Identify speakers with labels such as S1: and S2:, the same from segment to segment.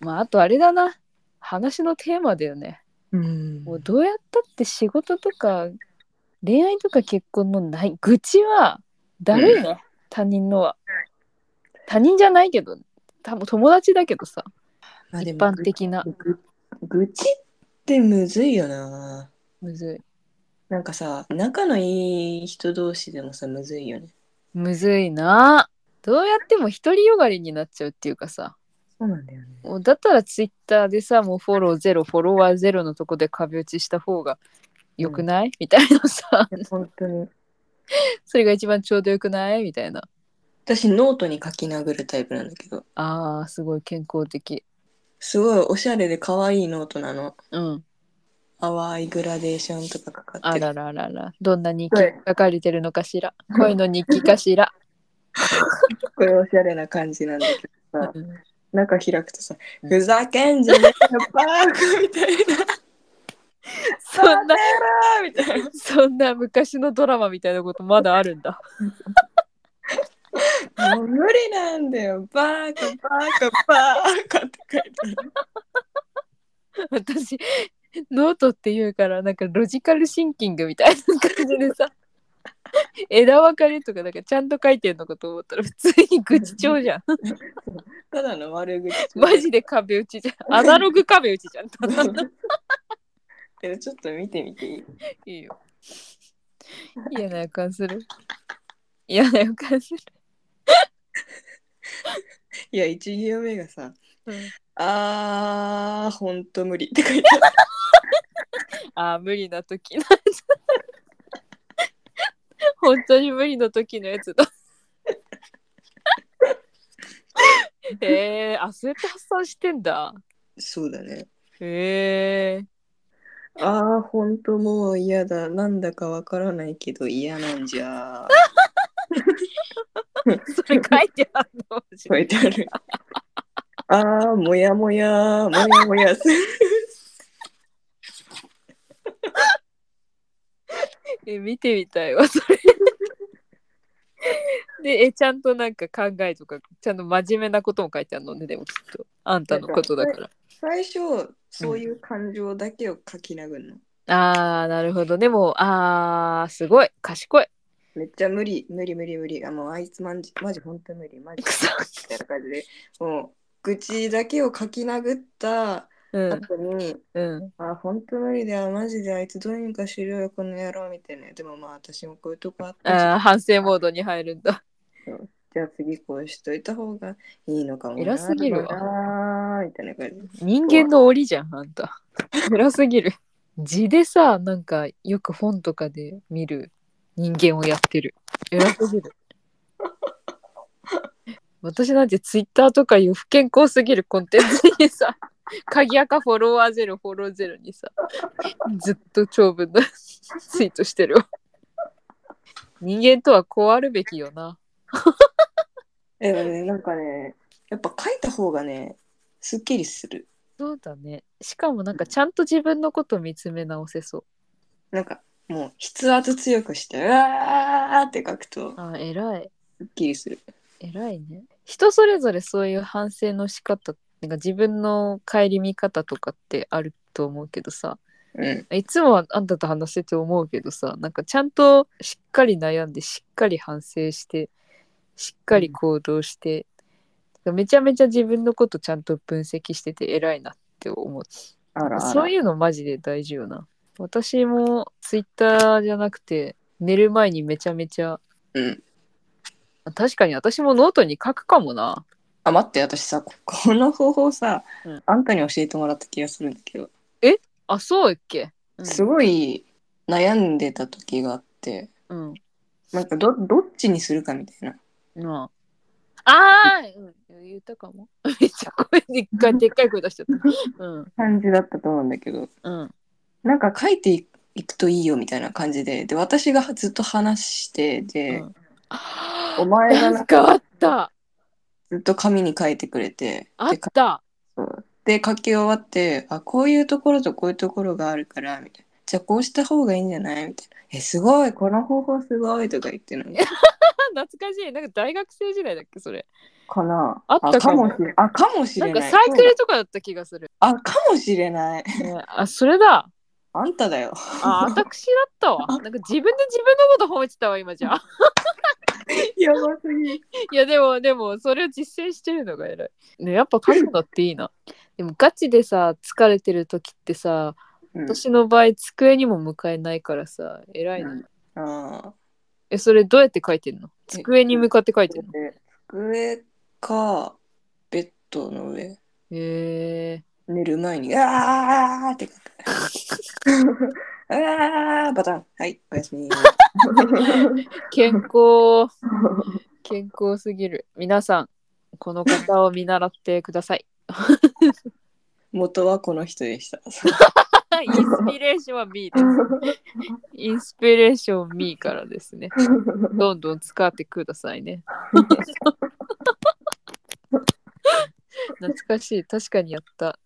S1: まあ、あとあれだな話のテーマだよね
S2: うん
S1: もうどうやったって仕事とか恋愛とか結婚のない愚痴はだるいね、他人のは他人じゃないけど多分友達だけどさ
S2: まあ
S1: 一
S2: でも
S1: 般的な
S2: ぐ愚痴ってむずいよな
S1: むず
S2: なんかさ仲のいい人同士でもさむずいよね
S1: いむずいなどうやっても独りよがりになっちゃうっていうかさ
S2: そうなんだよね
S1: もうだったらツイッターでさもうフォローゼロフォロワーゼロのとこで壁打ちした方がよくない、みたいなさ
S2: 本当に
S1: それが一番ちょうどよくないみたいな
S2: 私ノートに書き殴るタイプなんだけど
S1: あーすごい健康的
S2: すごいおしゃれで可愛いノートなの
S1: うん
S2: 淡いグラデーションとかかかっ
S1: あ
S2: てる
S1: ららららどんな日記
S2: はい
S1: 書かれてるのかしら恋の日記かしら、
S2: これおしゃれな感じなんだけどさ
S1: うん
S2: 中開くとさ「
S1: うん
S2: ふざけんじゃねえよバーク」みたいな
S1: そんな
S2: 「みたいな
S1: そんな昔のドラマみたいなことまだあるんだ
S2: 「もう無理なんだよバークバークバーク」って書いてある
S1: 私ノートっていうからなんかロジカルシンキングみたいな感じでさ枝分かれとかなんかちゃんと書いてんのかと思ったら普通に愚痴帳じゃん
S2: ただの悪口
S1: マ ジで壁打ちじゃんアナログ壁打ちじゃんただの
S2: けどちょっと見てみていい
S1: いいよ嫌な予感する嫌な予感する、
S2: いや一行目がさ
S1: うん
S2: 「あーほんと無理」って書いてある
S1: あー無理な時のやつ本当に無理の時のやつ だへえー、あそうやって発散してんだ
S2: そうだね
S1: へえ
S2: ああ、ほんともう嫌だ。なんだかわからないけど嫌なんじゃ。
S1: それ書いてあるのマジ
S2: 書
S1: で
S2: いてあ る。ああ、もやもや、もやもやする。
S1: え見てみたいわそれ でえちゃんとなんか考えとかちゃんと真面目なことも書いてあるのねでもきっとあんたのことだから
S2: 最初、そういう感情だけを書き殴るの。
S1: あーなるほどでもあーすごい賢い
S2: めっちゃ無理、無理無理無理。あ、もうあいつマジ、マジほんと無理、マジ。み
S1: くそ
S2: たいな感じで、もう、愚痴だけを書き殴った
S1: うん
S2: 後に、
S1: うん
S2: あ、ほんと無理だよ、マジであいつどうにかしろよ、この野郎みたいな。でもまあ、私もこういうとこあったし
S1: あー反省モードに入るんだ。
S2: じゃあ次こうしといた方がいいのかもな。
S1: 偉すぎるわ
S2: わ。みたいな感じ。
S1: 人間の檻じゃん、あんた。偉すぎる。字でさ、なんかよく本とかで見る人間をやってる。偉すぎる。私なんてツイッターとかいう不健康すぎるコンテンツにさ、鍵垢フォロワーゼロ、フォローゼロにさ、ずっと長文の ツイートしてるわ。人間とはこうあるべきよな。
S2: でもね、なんかね、やっぱ書いた方がね、すっきりする。
S1: そうだね。しかもなんかちゃんと自分のこと見つめ直せそう。
S2: なんかもう筆圧強くして、うわーって書くと
S1: あ、偉い。
S2: すっきりする。
S1: 偉いね。人それぞれそういう反省の仕方、なんか自分の顧み方とかってあると思うけどさ、
S2: うん。
S1: いつもはあんたと話してて思うけどさ、なんかちゃんとしっかり悩んで、しっかり反省して、しっかり行動して、めちゃめちゃ自分のことちゃんと分析してて偉いなって思う。
S2: あらあら。
S1: そう
S2: う
S1: いうのマジで大事よな。私もツイッターじゃなくて、寝る前にめちゃめちゃ
S2: うん。
S1: 確かに私もノートに書くかもな。
S2: あ、待って、私さ、ここの方法さ、
S1: うん
S2: あんたに教えてもらった気がするんだけど、
S1: あ、そうっけ、うん、
S2: すごい悩んでた時があって、
S1: うん。
S2: なんかどどっちにするかみたいな。
S1: うん。あー、うん、言ったかも。 めっちゃ声でっかいでっかい声出しちゃった。うん。
S2: 感じだったと思うんだけど。
S1: うん。
S2: なんか書いていくといいよみたいな感じで、で、私がずっと話して、で、
S1: うん
S2: お前
S1: な
S2: がなんんか
S1: かあった
S2: ずっと紙に書いてくれて、
S1: あっ
S2: で、か
S1: た
S2: そうで書き終わって、あ、こういうところとこういうところがあるから、みたいな。じゃあこうした方がいいんじゃないみたいな。え、すごい、この方法すごいとか言ってるの
S1: 懐かしい。なんか大学生時代だっけ、それ。
S2: かな
S1: あったかも
S2: あかもしれあかもし
S1: な
S2: れ
S1: ん
S2: な
S1: か
S2: い。
S1: サイクルとかだった気が する。
S2: あかもしれない。
S1: ねあ、それだ。
S2: あんただよ。
S1: あ、私だったわ。なんか自分で自分のこと褒めてたわ、今じゃ。
S2: やばす ぎ。
S1: いやでもでもそれを実践してるのが偉い。ね、やっぱ覚悟だっていいな。でもガチでさ疲れてる時ってさ
S2: うん、
S1: 私の場合机にも向かえないからさ偉いな。
S2: うんあ
S1: えそれどうやって書いてんの机に向かって書いてん
S2: ー
S1: の
S2: で机か、ベッドの上。
S1: へえ
S2: 寝る前に、あーって書く。あー、バタン。はい、おやすみ。
S1: 健康健康すぎる。皆さんこの方を見習ってください。
S2: 元はこの人でした。
S1: インスピレーションは B です。インスピレーション B からですね。どんどん使ってくださいね。懐かしい。確かにやった。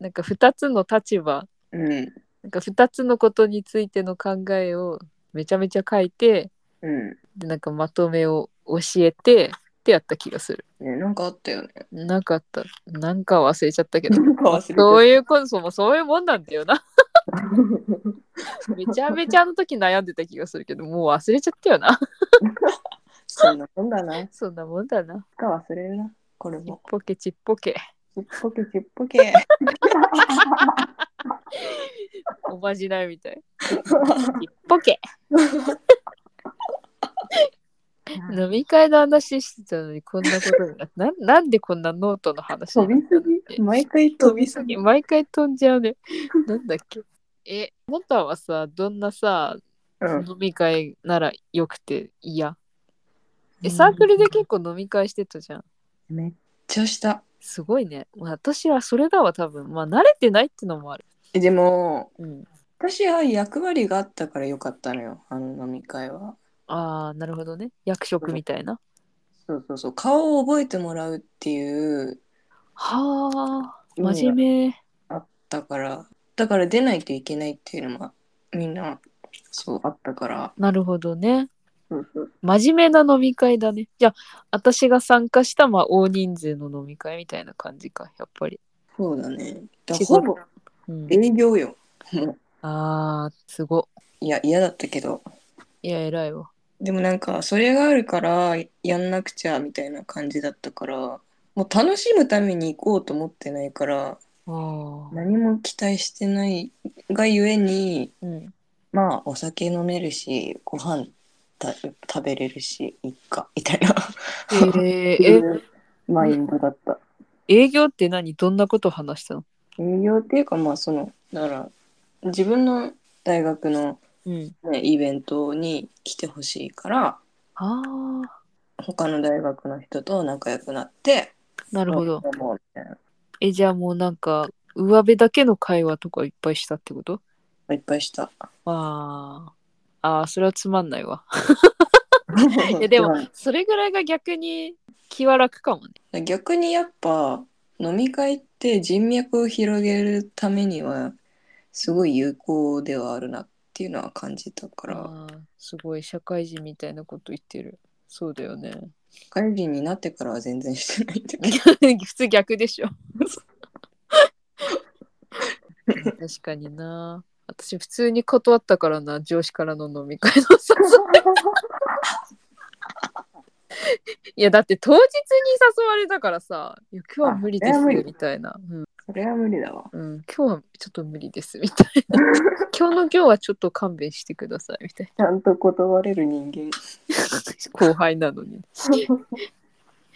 S1: なんか2つの立場、
S2: うん、
S1: なんか2つのことについての考えをめちゃめちゃ書いて、
S2: うん。
S1: でなんかまとめを教えてってやった気がする。
S2: ね、なんかあったよね。
S1: なかった。なんか忘れちゃったけど。
S2: なんか忘れてた
S1: そういうこと、そうもうそういうもんなんだよな。めちゃめちゃあの時悩んでた気がするけど、もう忘れちゃったよな。
S2: そんなもんだな。い
S1: そんなもんだな。
S2: つか忘れるな。これ
S1: ちっ
S2: も。
S1: ぽけちっぽけ。
S2: ちっぽけちっぽけ。
S1: おまじないみたい。ちっぽけ。 飲み会の話してたのにこんなことにな ってななんでこんなノートの話
S2: 飛びすぎ。毎回飛びす
S1: す
S2: ぎ。
S1: ぎ毎回飛んじゃうねなんだっけえあなたはさどんなさ
S2: うん
S1: 飲み会ならよくて嫌えサークルで結構飲み会してたじゃん
S2: めっちゃした。
S1: すごいね私はそれだわ多分まあ慣れてないってのもある
S2: えでも、
S1: うん
S2: 私は役割があったからよかったのよ。あの飲み会は。
S1: あーなるほどね役職みたいな
S2: そうそうそう。顔を覚えてもらうっていう。
S1: はあ
S2: 意味が
S1: 真面目
S2: あったから。だから出ないといけないっていうのは、みんな、そう、あったから。
S1: なるほどね
S2: そうそう
S1: 真面目な飲み会だね。じゃあ、私が参加した、まあ、大人数の飲み会みたいな感じか、やっぱり。
S2: そうだね。だ
S1: 違う
S2: ほぼ
S1: うん、
S2: 営業よ。もう
S1: あー、すご。
S2: いや、嫌だったけど。
S1: いや、偉いわ。
S2: でもなんか、それがあるから、やんなくちゃみたいな感じだったから、もう楽しむために行こうと思ってないから、
S1: あー
S2: 何も期待してないがゆえに、
S1: うん、
S2: まあ、お酒飲めるし、ご飯た食べれるし、いっか、みたいな。
S1: えーえ、
S2: マインドだった。
S1: 営業って何どんなこと話したの
S2: 営業っていうか、まあ、その、だから、自分の大学の、
S1: うん。
S2: ね、イベントに来てほしいから、
S1: あ
S2: 他の大学の人と仲良くなって、
S1: ー、なるほど。
S2: どうもみたいな
S1: え、じゃあもうなんか、上辺だけの会話とかいっぱいしたってこと
S2: いっぱいした。
S1: あー。あーそれはつまんないわ。いやでも、それぐらいが逆に気は楽かもね。
S2: 逆にやっぱ飲み会って人脈を広げるためにはすごい有効ではあるなっていうのは感じたから、
S1: あーすごい社会人みたいなこと言ってる。そうだよね。
S2: 社会人になってからは全然してないんだけど。
S1: 普通逆でしょ確かにな私普通に断ったからな上司からの飲み会の 誘いいやだって当日に誘われたからさ「いや今日は無理で
S2: あ
S1: す
S2: それは無理」
S1: みたいな、うん
S2: それは無理だわ。
S1: うん「今日はちょっと無理です」みたい な「今日の今日はちょっと勘弁してください」みたい
S2: ちゃんと断れる人間。
S1: な後輩なのに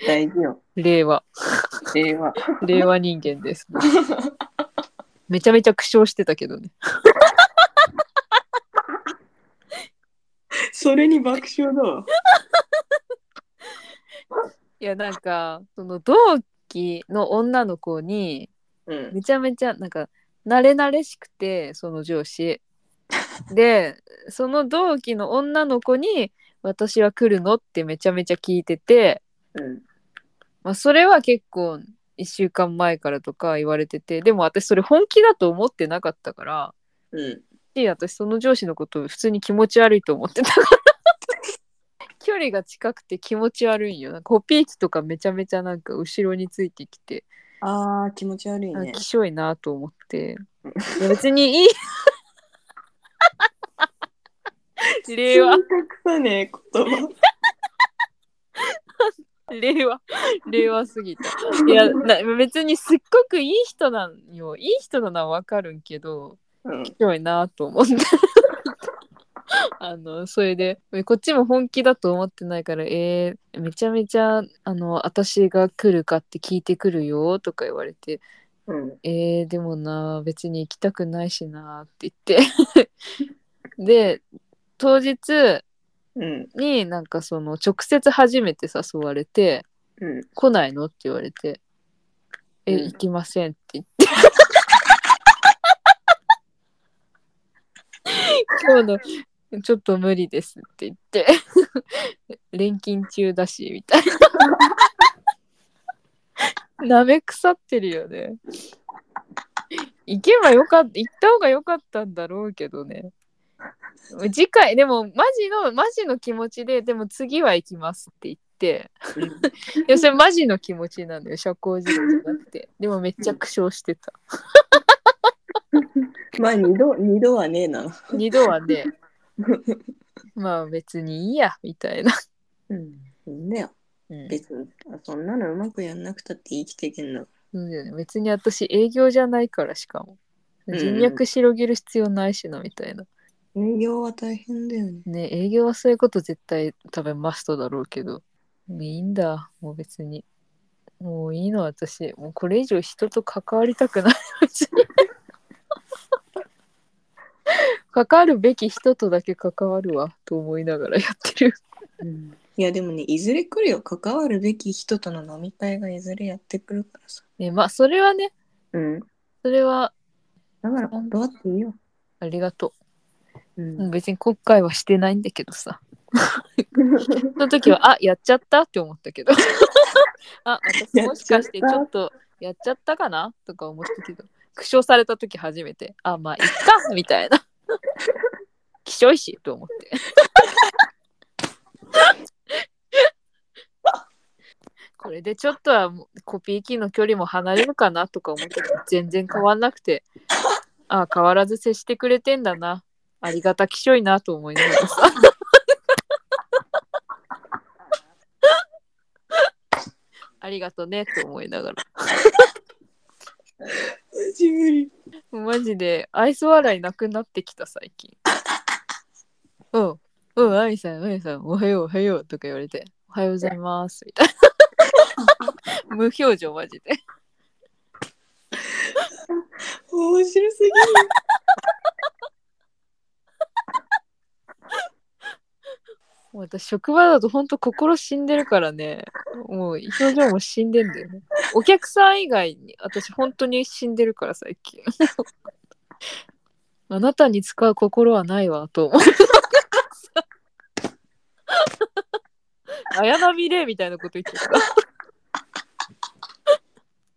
S2: 大事よ。
S1: 令和
S2: 令和。
S1: 令和人間 です。めちゃめちゃ苦笑してたけどね。
S2: それに爆笑だわ。
S1: いやなんかその同期の女の子に
S2: うん。
S1: めちゃめちゃなんか慣れ慣れしくてその上司でその同期の女の子に「私は来るの?」ってめちゃめちゃ聞いてて、
S2: うん。
S1: まあ、それは結構1週間前からとか言われててでも私それ本気だと思ってなかったから
S2: うん。
S1: しい私その上司のこと普通に気持ち悪いと思ってたから 距離が近くて気持ち悪いんよなんかコピー機とかめちゃめちゃなんか後ろについてきて
S2: あー気持ち悪い
S1: あ
S2: ね
S1: きしょいなと思っていや別 にいい令和
S2: くさね言葉
S1: 令和令和すぎたいやな別にすっごくいい人なんよいい人なのはわかるんけど
S2: うん
S1: 面白いなと思って あのそれでこっちも本気だと思ってないから「えー、めちゃめちゃあの私が来るかって聞いてくるよ」とか言われて
S2: うん
S1: 「えー、でもな別に行きたくないしな」って言って で当日
S2: うん
S1: になんかその直接初めて誘われて
S2: うん
S1: 「来ないの?」って言われて「え
S2: うん
S1: 行きません」って言って今日の「ちょっと無理です」って言って「錬金中だし」みたいななめ腐ってるよね行けばよかった行った方がよかったんだろうけどね次回でもマジのマジの気持ちででも次は行きますって言っていやそれマジの気持ちなんだよ社交辞令じゃなくてでもめっちゃ苦笑してた
S2: まあ二度二度はねえな
S1: 二度はねまあ別にいいやみたいな、
S2: うんいいんだよ
S1: うん
S2: 別にそんなのうまくやんなくたって生きていけんだか
S1: そうだよね別に私営業じゃないからしかも
S2: うん
S1: 人脈広げる必要ないしなみたいな
S2: ら営業は大変だよね
S1: ね営業はそういうこと絶対多分マストだろうけどいいんだもう別にもういいの私もうこれ以上人と関わりたくない 別に関わるべき人とだけ関わるわと思いながらやってる
S2: いやでもねいずれ来るよ関わるべき人との飲み会がいずれやってくるからさ
S1: ねまあそれはね
S2: うん
S1: それは
S2: だから断っていいよ
S1: ありがとう
S2: う
S1: うんん別に後悔はしてないんだけどさその時はあやっちゃったって思ったけどあ私もしかしてちょっとやっちゃったかなとか思ったけど苦笑された時初めてあまあいっかみたいなきしょいしと思ってこれでちょっとはもうコピー機の距離も離れるかなとか思ったけど全然変わんなくてあ変わらず接してくれてんだなありがたきしょいなと思いながらさありがとねと思いながら。
S2: マジ無理
S1: マジで愛想笑いなくなってきた最近。うん、うん、愛さん、愛さん、おはよう、おはようとか言われて、おはようございますみたいな。無表情マジで。
S2: 面白すぎる
S1: もう私、職場だと本当心死んでるからね、もう表情も死んでんだよね。お客さん以外に、私本当に死んでるから最近。あなたに使う心はないわと思う。綾波レイみたいなこと言って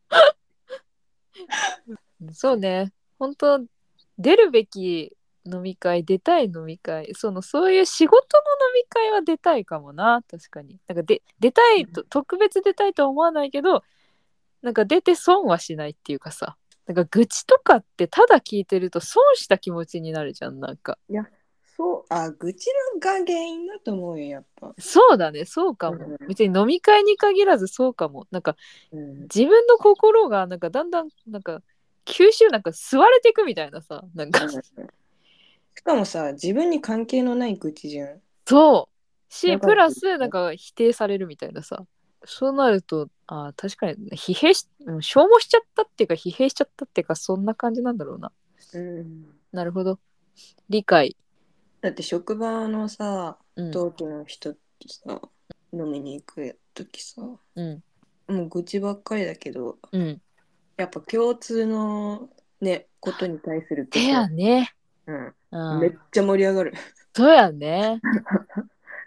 S1: た。 そうね、本当出るべき飲み会、出たい飲み会、そのそういう仕事の飲み会は出たいかもな、確かに。なんかで出たいと、特別出たいとは思わないけど、なんか出て損はしないっていうかさ、なんか愚痴とかってただ聞いてると損した気持ちになるじゃん、なんか。
S2: そうあ愚痴が原因だと思うよやっぱ、
S1: そうだね、そうかも。
S2: うん
S1: 別に飲み会に限らずそうかも。なんか
S2: うん、
S1: 自分の心がなんかだんだんなんか吸収なんか吸われていくみたいなさ、なんか
S2: しかもさ自分に関係のない愚痴じゃん
S1: そうし
S2: やばい
S1: プラスなんか否定されるみたいなさそうなるとあー確かに疲弊しうん消耗しちゃったっていうか疲弊しちゃったっていうかそんな感じなんだろうな
S2: うん
S1: なるほど理解
S2: だって職場のさ
S1: うん
S2: 同期の人とさ、飲みに行く時さも
S1: うん
S2: う愚痴ばっかりだけど
S1: うん
S2: やっぱ共通のねことに対する
S1: でやね
S2: う、
S1: うん
S2: めっ
S1: ん
S2: ちゃ盛り上がる
S1: そうやね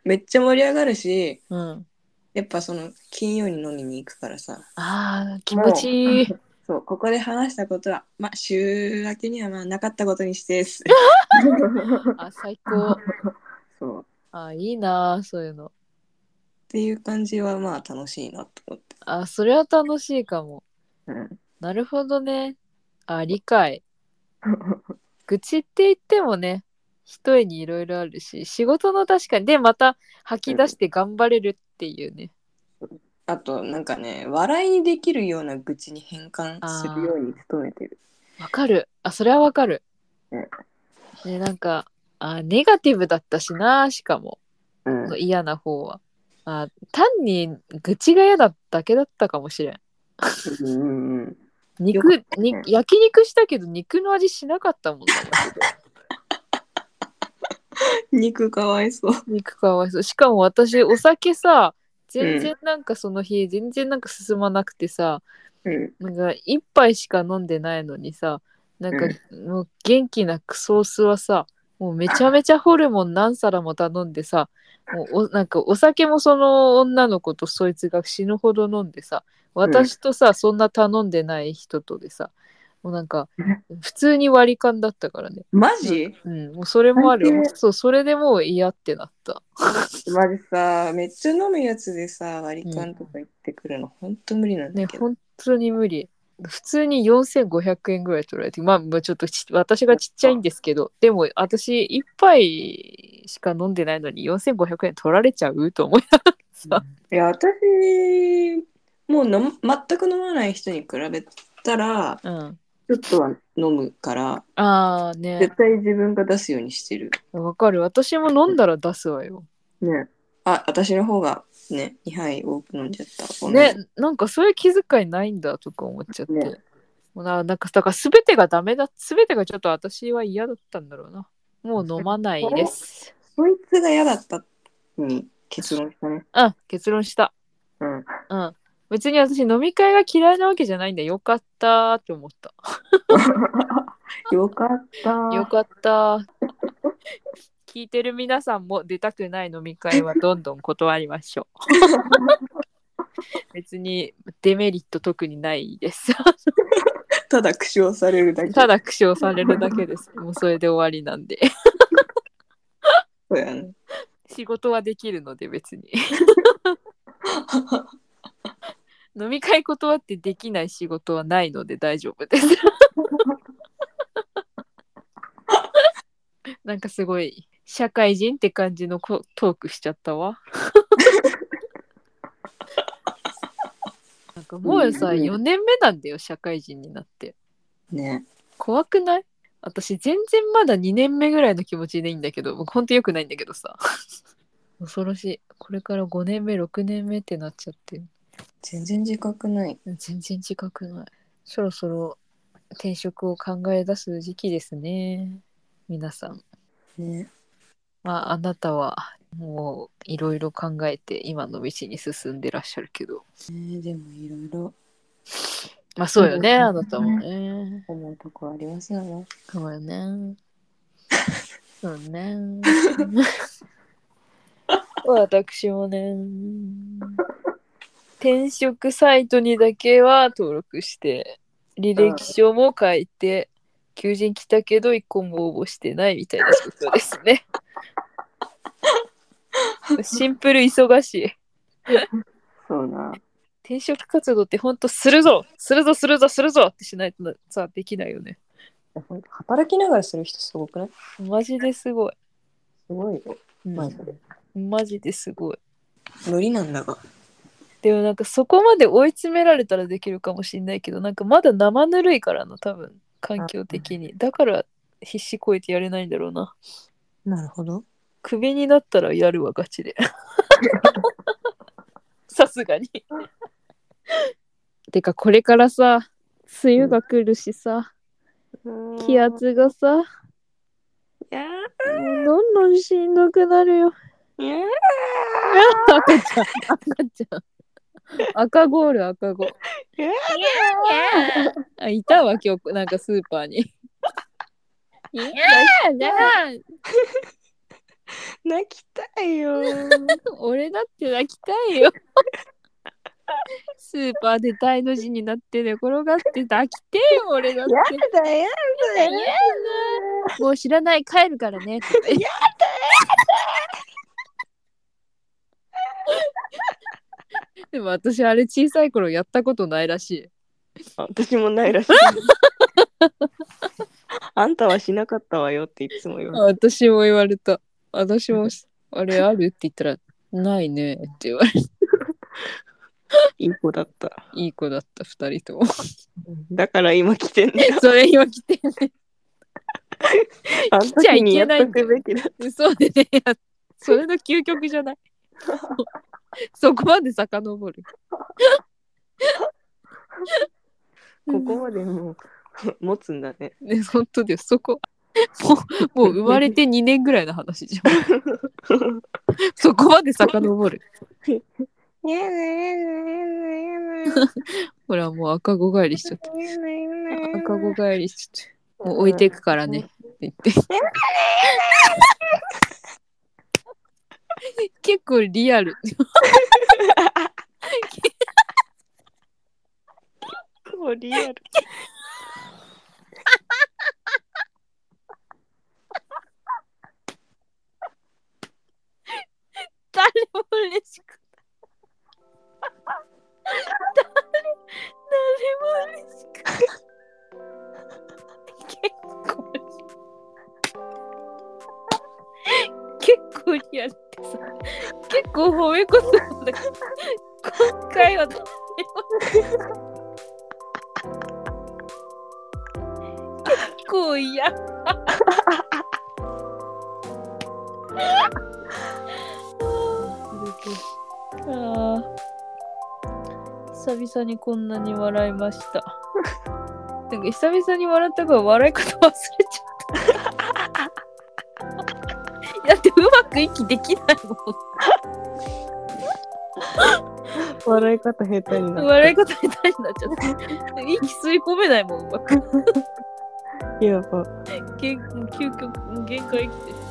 S2: めっちゃ盛り上がるし
S1: うん
S2: やっぱその金曜に飲みに行くからさ
S1: あー気持ちいい
S2: そう、ここで話したことは、まあ、週明けにはまあなかったことにして です。
S1: あ、最高。
S2: そう。っ
S1: あ、いいなあ、そういうの。
S2: ていう感じは、まあ、楽しいなと思って。
S1: あ、それは楽しいかも。
S2: うん。
S1: なるほどね。あ、理解。愚痴って言ってもね、一重にいろいろあるし、仕事の確かに、で、また吐き出して頑張れるっていうね。
S2: あと、なんかね、笑いにできるような愚痴に変換するように努めてる。
S1: わかる。あ、それはわかる
S2: うん。
S1: ね、なんか、あ、ネガティブだったしな、しかも、
S2: うん。
S1: 嫌な方は。あ、単に愚痴が嫌だだけだったかもしれん。
S2: うんうん。よかっ
S1: 肉
S2: た
S1: に
S2: ね
S1: 焼肉したけど肉の味しなかったもんね
S2: 肉かわいそう。
S1: 肉かわいそうしかも私お酒さ全然なんかその日、全然なんか進まなくてさ
S2: うん。
S1: なんか一杯しか飲んでないのにさなんか、もう元気なクソースはさもうめちゃめちゃホルモン何皿も頼んでさもうおなんかお酒もその女の子とそいつが死ぬほど飲んでさ私とさ、そんな頼んでない人とでさもうなんか普通に割り勘だったからね
S2: マジ
S1: うん、もうそれもある
S2: 最
S1: よ。そう、それでもう嫌ってなった。
S2: マジさ、めっちゃ飲むやつでさ、割り勘とか言ってくるの、ほんと無理なん
S1: ね
S2: だ、けど。
S1: 本当に無理。普通に4500円ぐらい取られて、まあ、まあちょっとち私がちっちゃいんですけど、でも私、一杯しか飲んでないのに4500円取られちゃうと思いながらさ。
S2: いや、私、もう飲ま全く飲まない人に比べたら、
S1: うん。
S2: ちょっとは飲むから、
S1: ああね
S2: 絶、対自分が出すようにしてる。
S1: わかる。私も飲んだら出すわよ。
S2: ね。あ、私の方がね、2杯多く飲んじゃった。ごめ
S1: ね
S2: ん。、
S1: なんかそういう気遣いないんだとか思っちゃって。
S2: ね
S1: もうななんか、だから全てがダメだ、全てがちょっと私は嫌だったんだろうな。もう飲まないです。
S2: そいつが嫌だったに結論したね。
S1: うん、結論した。
S2: うん。
S1: うん。別に私飲み会が嫌いなわけじゃないんだ。よかったーって思った。
S2: よかった。
S1: よかったー。聞いてる皆さんも出たくない飲み会はどんどん断りましょう。別にデメリット特にないです。
S2: ただ苦笑されるだけ。
S1: ただ苦笑されるだけです。もうそれで終わりなんで。
S2: そうやね。
S1: 仕事はできるので別に。飲み会断ってできない仕事はないので大丈夫です。なんかすごい社会人って感じのこトークしちゃったわ。なんかもうさ
S2: うん
S1: 4年目なんだよ社会人になって。
S2: ね。
S1: 怖くない私全然まだ2年目ぐらいの気持ちでいいんだけどもうほんとよくないんだけどさ 恐ろしいこれから5年目6年目ってなっちゃってる
S2: 全然自覚ない。
S1: 全然自覚ないそろそろ転職を考え出す時期ですね皆さん
S2: ね。
S1: まああなたはもういろいろ考えて今の道に進んでらっしゃるけど
S2: ねでもいろいろ
S1: まあそうよね
S2: そ
S1: あ
S2: う
S1: な
S2: で
S1: た
S2: すね
S1: もね
S2: 思うとこありますよね。
S1: そうよ ねそうね 私もね転職サイトにだけは登録して履歴書も書いて、求人来たけど一個も応募してないみたいなことです ねシンプル忙しい
S2: そうな。
S1: 転職活動ってほんとするぞするぞするぞするぞってしないとさできないよね
S2: 働きながらする人すごくないす
S1: マジですごい、
S2: ごいよ。
S1: うん
S2: マジで。
S1: マジですごい
S2: 無理なんだが。
S1: でもなんかそこまで追い詰められたらできるかもしれないけどなんかまだ生ぬるいからな多分環境的にだから必死こいてやれないんだろうな
S2: なるほど。
S1: クビになったらやるわガチ でさすがにてかこれからさ梅雨が来るしさ気圧がさ
S2: いや
S1: もうどんどんしんどくなるよ
S2: ーいやー
S1: 赤ちゃん赤ちゃん赤ゴール赤ゴールあいたわ今日なんかスーパーに。いやだ
S2: 泣きたいよー。
S1: 俺だって泣きたいよ。スーパーで大の字になって寝転がって抱きてえよ俺だって
S2: だやだ
S1: やもう知らない帰るからねって言ってでも私あれ小さい頃やったことないらしい
S2: 私もないらしいあんたはしなかったわよっていつも言われる
S1: 私も言われた私もあれあるって言ったらないねって言われて
S2: いい子だった
S1: いい子だった2人とも
S2: だから今来てんだよ
S1: それ今来てね
S2: あん
S1: 来ちゃ
S2: 時
S1: い
S2: にや
S1: け
S2: っ
S1: ないん
S2: と
S1: だ
S2: く
S1: よ
S2: べきだ
S1: そうでねや それの究極じゃない そこまで遡 る
S2: ここまでもう持つんだね
S1: ね本当ですそこもうもう生まれて2年ぐらいの話じゃんそこまで遡る
S2: やだやだやだ
S1: ほらもう赤子返りしちゃ った 赤子返りしちゃったもう置いていくからねって言って 結構リアル
S2: 構リアル
S1: 誰 も嬉しくない誰誰も嬉しくない結構結構リアルってさ結構褒め言葉だけど今回は誰も結構嫌あー久々にこんなに笑いました。 なんか久々に笑ったから笑い方忘れちゃ った。だってうまく息できないも
S2: 笑い方下手に
S1: ん。
S2: な
S1: 笑い
S2: っ
S1: 方下手になっちゃった。息吸い込めないもん、うまく。
S2: たやば
S1: 限もう究極、もう限界来てる。